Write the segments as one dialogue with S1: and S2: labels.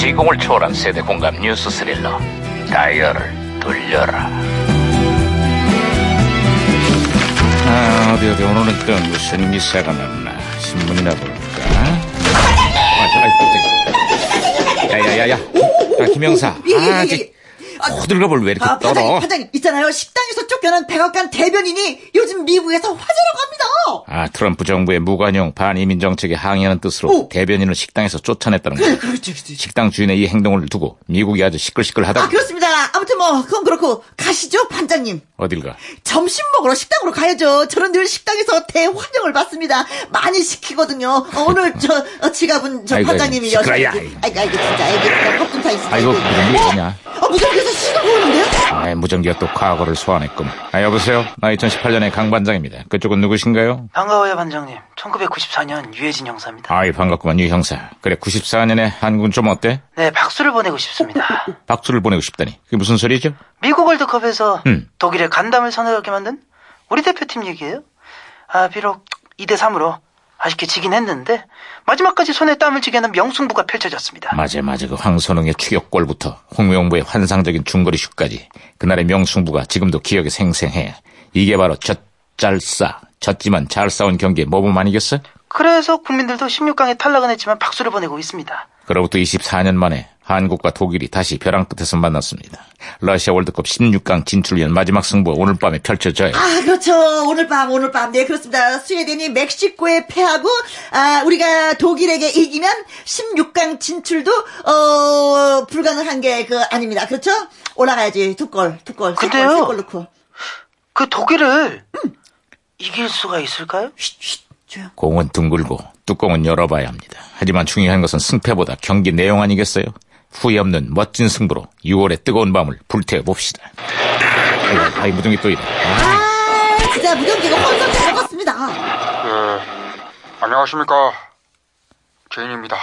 S1: 주인공을 초월한 세대 공감 뉴스 스릴러 다이얼을 돌려라 아, 어디 어디 오늘은 또 무슨 기사가 났나 신문이나 볼까 아, 야야야야 아, 김영사
S2: 예, 예, 예,
S1: 아,
S2: 예.
S1: 이제 호들갑을 왜 이렇게
S2: 아,
S1: 떨어
S2: 반장님, 반장님, 있잖아요. 식당에서 쫓겨난 백악관 대변인이 요즘 미국에서 화제라고 합니다.
S1: 아, 트럼프 정부의 무관용 반이민 정책에 항의하는 뜻으로
S2: 오.
S1: 대변인을 식당에서 쫓아냈다는 거야.
S2: 네, 그렇죠, 그렇죠.
S1: 식당 주인의 이 행동을 두고 미국이 아주 시끌시끌하다.
S2: 아,
S1: 고
S2: 그렇습니다. 아무튼 뭐, 그건 그렇고, 가시죠, 반장님.
S1: 어딜 가?
S2: 점심 먹으러 식당으로 가야죠. 저는 늘 식당에서 대환영을 받습니다. 많이 시키거든요. 어, 오늘 저 어, 지갑은 저
S1: 아이고,
S2: 반장님이
S1: 아이고,
S2: 여전히.
S1: 시끄러워, 야.
S2: 아이고, 아이고, 진짜, 아이고, 진짜, 볶음 타 있어.
S1: 아이고, 그게
S2: 어?
S1: 뭐냐?
S2: 아, 무전기에서 신호 보이는데요?
S1: 아, 무전기가 또 과거를 소환했구만. 아, 여보세요? 나 2018년의 강반장입니다. 그쪽은 누구신가요?
S3: 반가워요 반장님 1994년 유해진 형사입니다
S1: 아이, 반갑구만, 유 형사. 그래, 94년에 한국은 좀 어때?
S3: 네 박수를 보내고 싶습니다
S1: 박수를 보내고 싶다니. 그게 무슨 소리죠?
S3: 미국 월드컵에서
S1: 음.
S3: 독일의 간담을 선호하게 만든 우리 대표팀 얘기예요 아 비록 2대3으로 아쉽게 지긴 했는데 마지막까지 손에 땀을 쥐게 하는 명승부가 펼쳐졌습니다
S1: 맞아, 맞아. 그 황선웅의 추격골부터 홍명보의 환상적인 중거리 슛까지. 그날의 명승부가 지금도 기억에 생생해. 이게 바로 젖잘싸. 졌지만 잘 싸운 경기의 모범 아니겠어?
S3: 그래서 국민들도 16강에 탈락은 했지만 박수를 보내고 있습니다
S1: 그로부터 24년 만에 한국과 독일이 다시 벼랑 끝에서 만났습니다. 러시아 월드컵 16강 진출 위한 마지막 승부 오늘 밤에 펼쳐져요.
S2: 아, 그렇죠. 오늘 밤, 오늘 밤. 네, 그렇습니다. 스웨덴이 멕시코에 패하고, 아, 우리가 독일에게 이기면 16강 진출도, 어, 불가능한 게 그, 아닙니다. 그렇죠? 올라가야지. 두 골, 두 골. 세 골,
S3: 근데요.
S2: 세골 넣고.
S3: 그 독일을 이길 수가 있을까요?
S2: 쉿, 쉿, 조용.
S1: 공은 둥글고 뚜껑은 열어봐야 합니다. 하지만 중요한 것은 승패보다 경기 내용 아니겠어요? 후회 없는 멋진 승부로 6월의 뜨거운 밤을 불태워봅시다. 아이고, 아이 무등이 또 이래. 아,
S2: 아, 진짜 무전기가 혼선돼 죽었습니다.
S4: 예, 안녕하십니까. 제인입니다.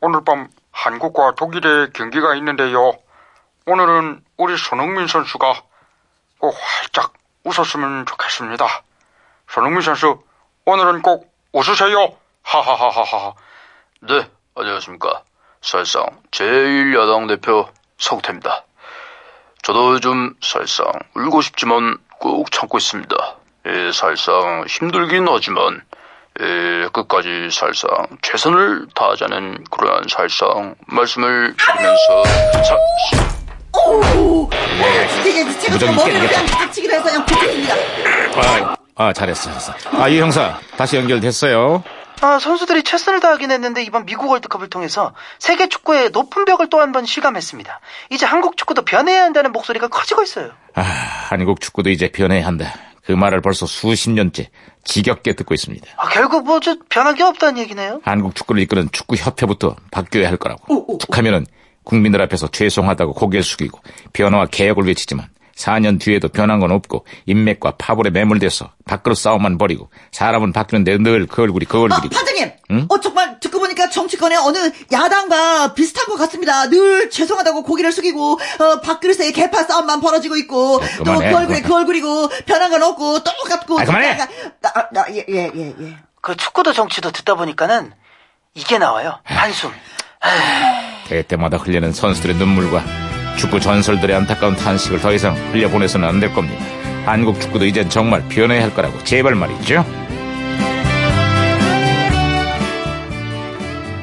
S4: 오늘 밤 한국과 독일의 경기가 있는데요. 오늘은 우리 손흥민 선수가 꼭 활짝 웃었으면 좋겠습니다. 손흥민 선수, 오늘은 꼭 웃으세요. 하하하하하.
S5: 네, 안녕하십니까. 설상 제1야당 대표 성태입니다. 저도 요즘 설상 울고 싶지만 꾹 참고 있습니다. 예, 설상 힘들긴 하지만 예, 끝까지 설상 최선을 다하자는 그러한 설상 말씀을 드리면서 사,
S2: 오, 진짜 이게 제가 또
S1: 네. 무전기
S2: 머리를
S1: 깨지겠다.
S2: 그냥 박치기로 해서 그냥 고쳐입니다
S1: 아, 아, 잘했어, 잘했어. 아, 이 형사 다시 연결됐어요.
S3: 아, 선수들이 최선을 다하긴 했는데 이번 미국 월드컵을 통해서 세계 축구의 높은 벽을 또 한 번 실감했습니다. 이제 한국 축구도 변해야 한다는 목소리가 커지고 있어요.
S1: 아, 한국 축구도 이제 변해야 한다. 그 말을 벌써 수십 년째 지겹게 듣고 있습니다.
S3: 아, 결국 뭐 저 변한 게 없다는 얘기네요.
S1: 한국 축구를 이끄는 축구 협회부터 바뀌어야 할 거라고.
S2: 오, 오, 오.
S1: 툭하면은 국민들 앞에서 죄송하다고 고개를 숙이고 변화와 개혁을 외치지만 4년 뒤에도 변한 건 없고 인맥과 파벌에 매몰돼서 밖으로 싸움만 벌이고 사람은 바뀌는데 늘 그 얼굴이 그
S2: 아,
S1: 얼굴이고
S2: 반장님. 어, 정말 듣고 보니까 정치권의 어느 야당과 비슷한 것 같습니다. 늘 죄송하다고 고개를 숙이고, 어, 밥그릇에 개파 싸움만 벌어지고 있고, 또
S1: 그만해,
S2: 그 얼굴이
S1: 그만.
S2: 그 얼굴이고, 변한 건 없고, 똑같고.
S1: 아, 그만해!
S2: 나, 나, 나, 예, 예, 예, 예.
S3: 그 축구도 정치도 듣다 보니까는 이게 나와요. 한숨.
S1: 대회 때마다 흘리는 선수들의 눈물과 축구 전설들의 안타까운 탄식을 더 이상 흘려보내서는 안 될 겁니다. 한국 축구도 이젠 정말 변해야 할 거라고 제발 말이죠.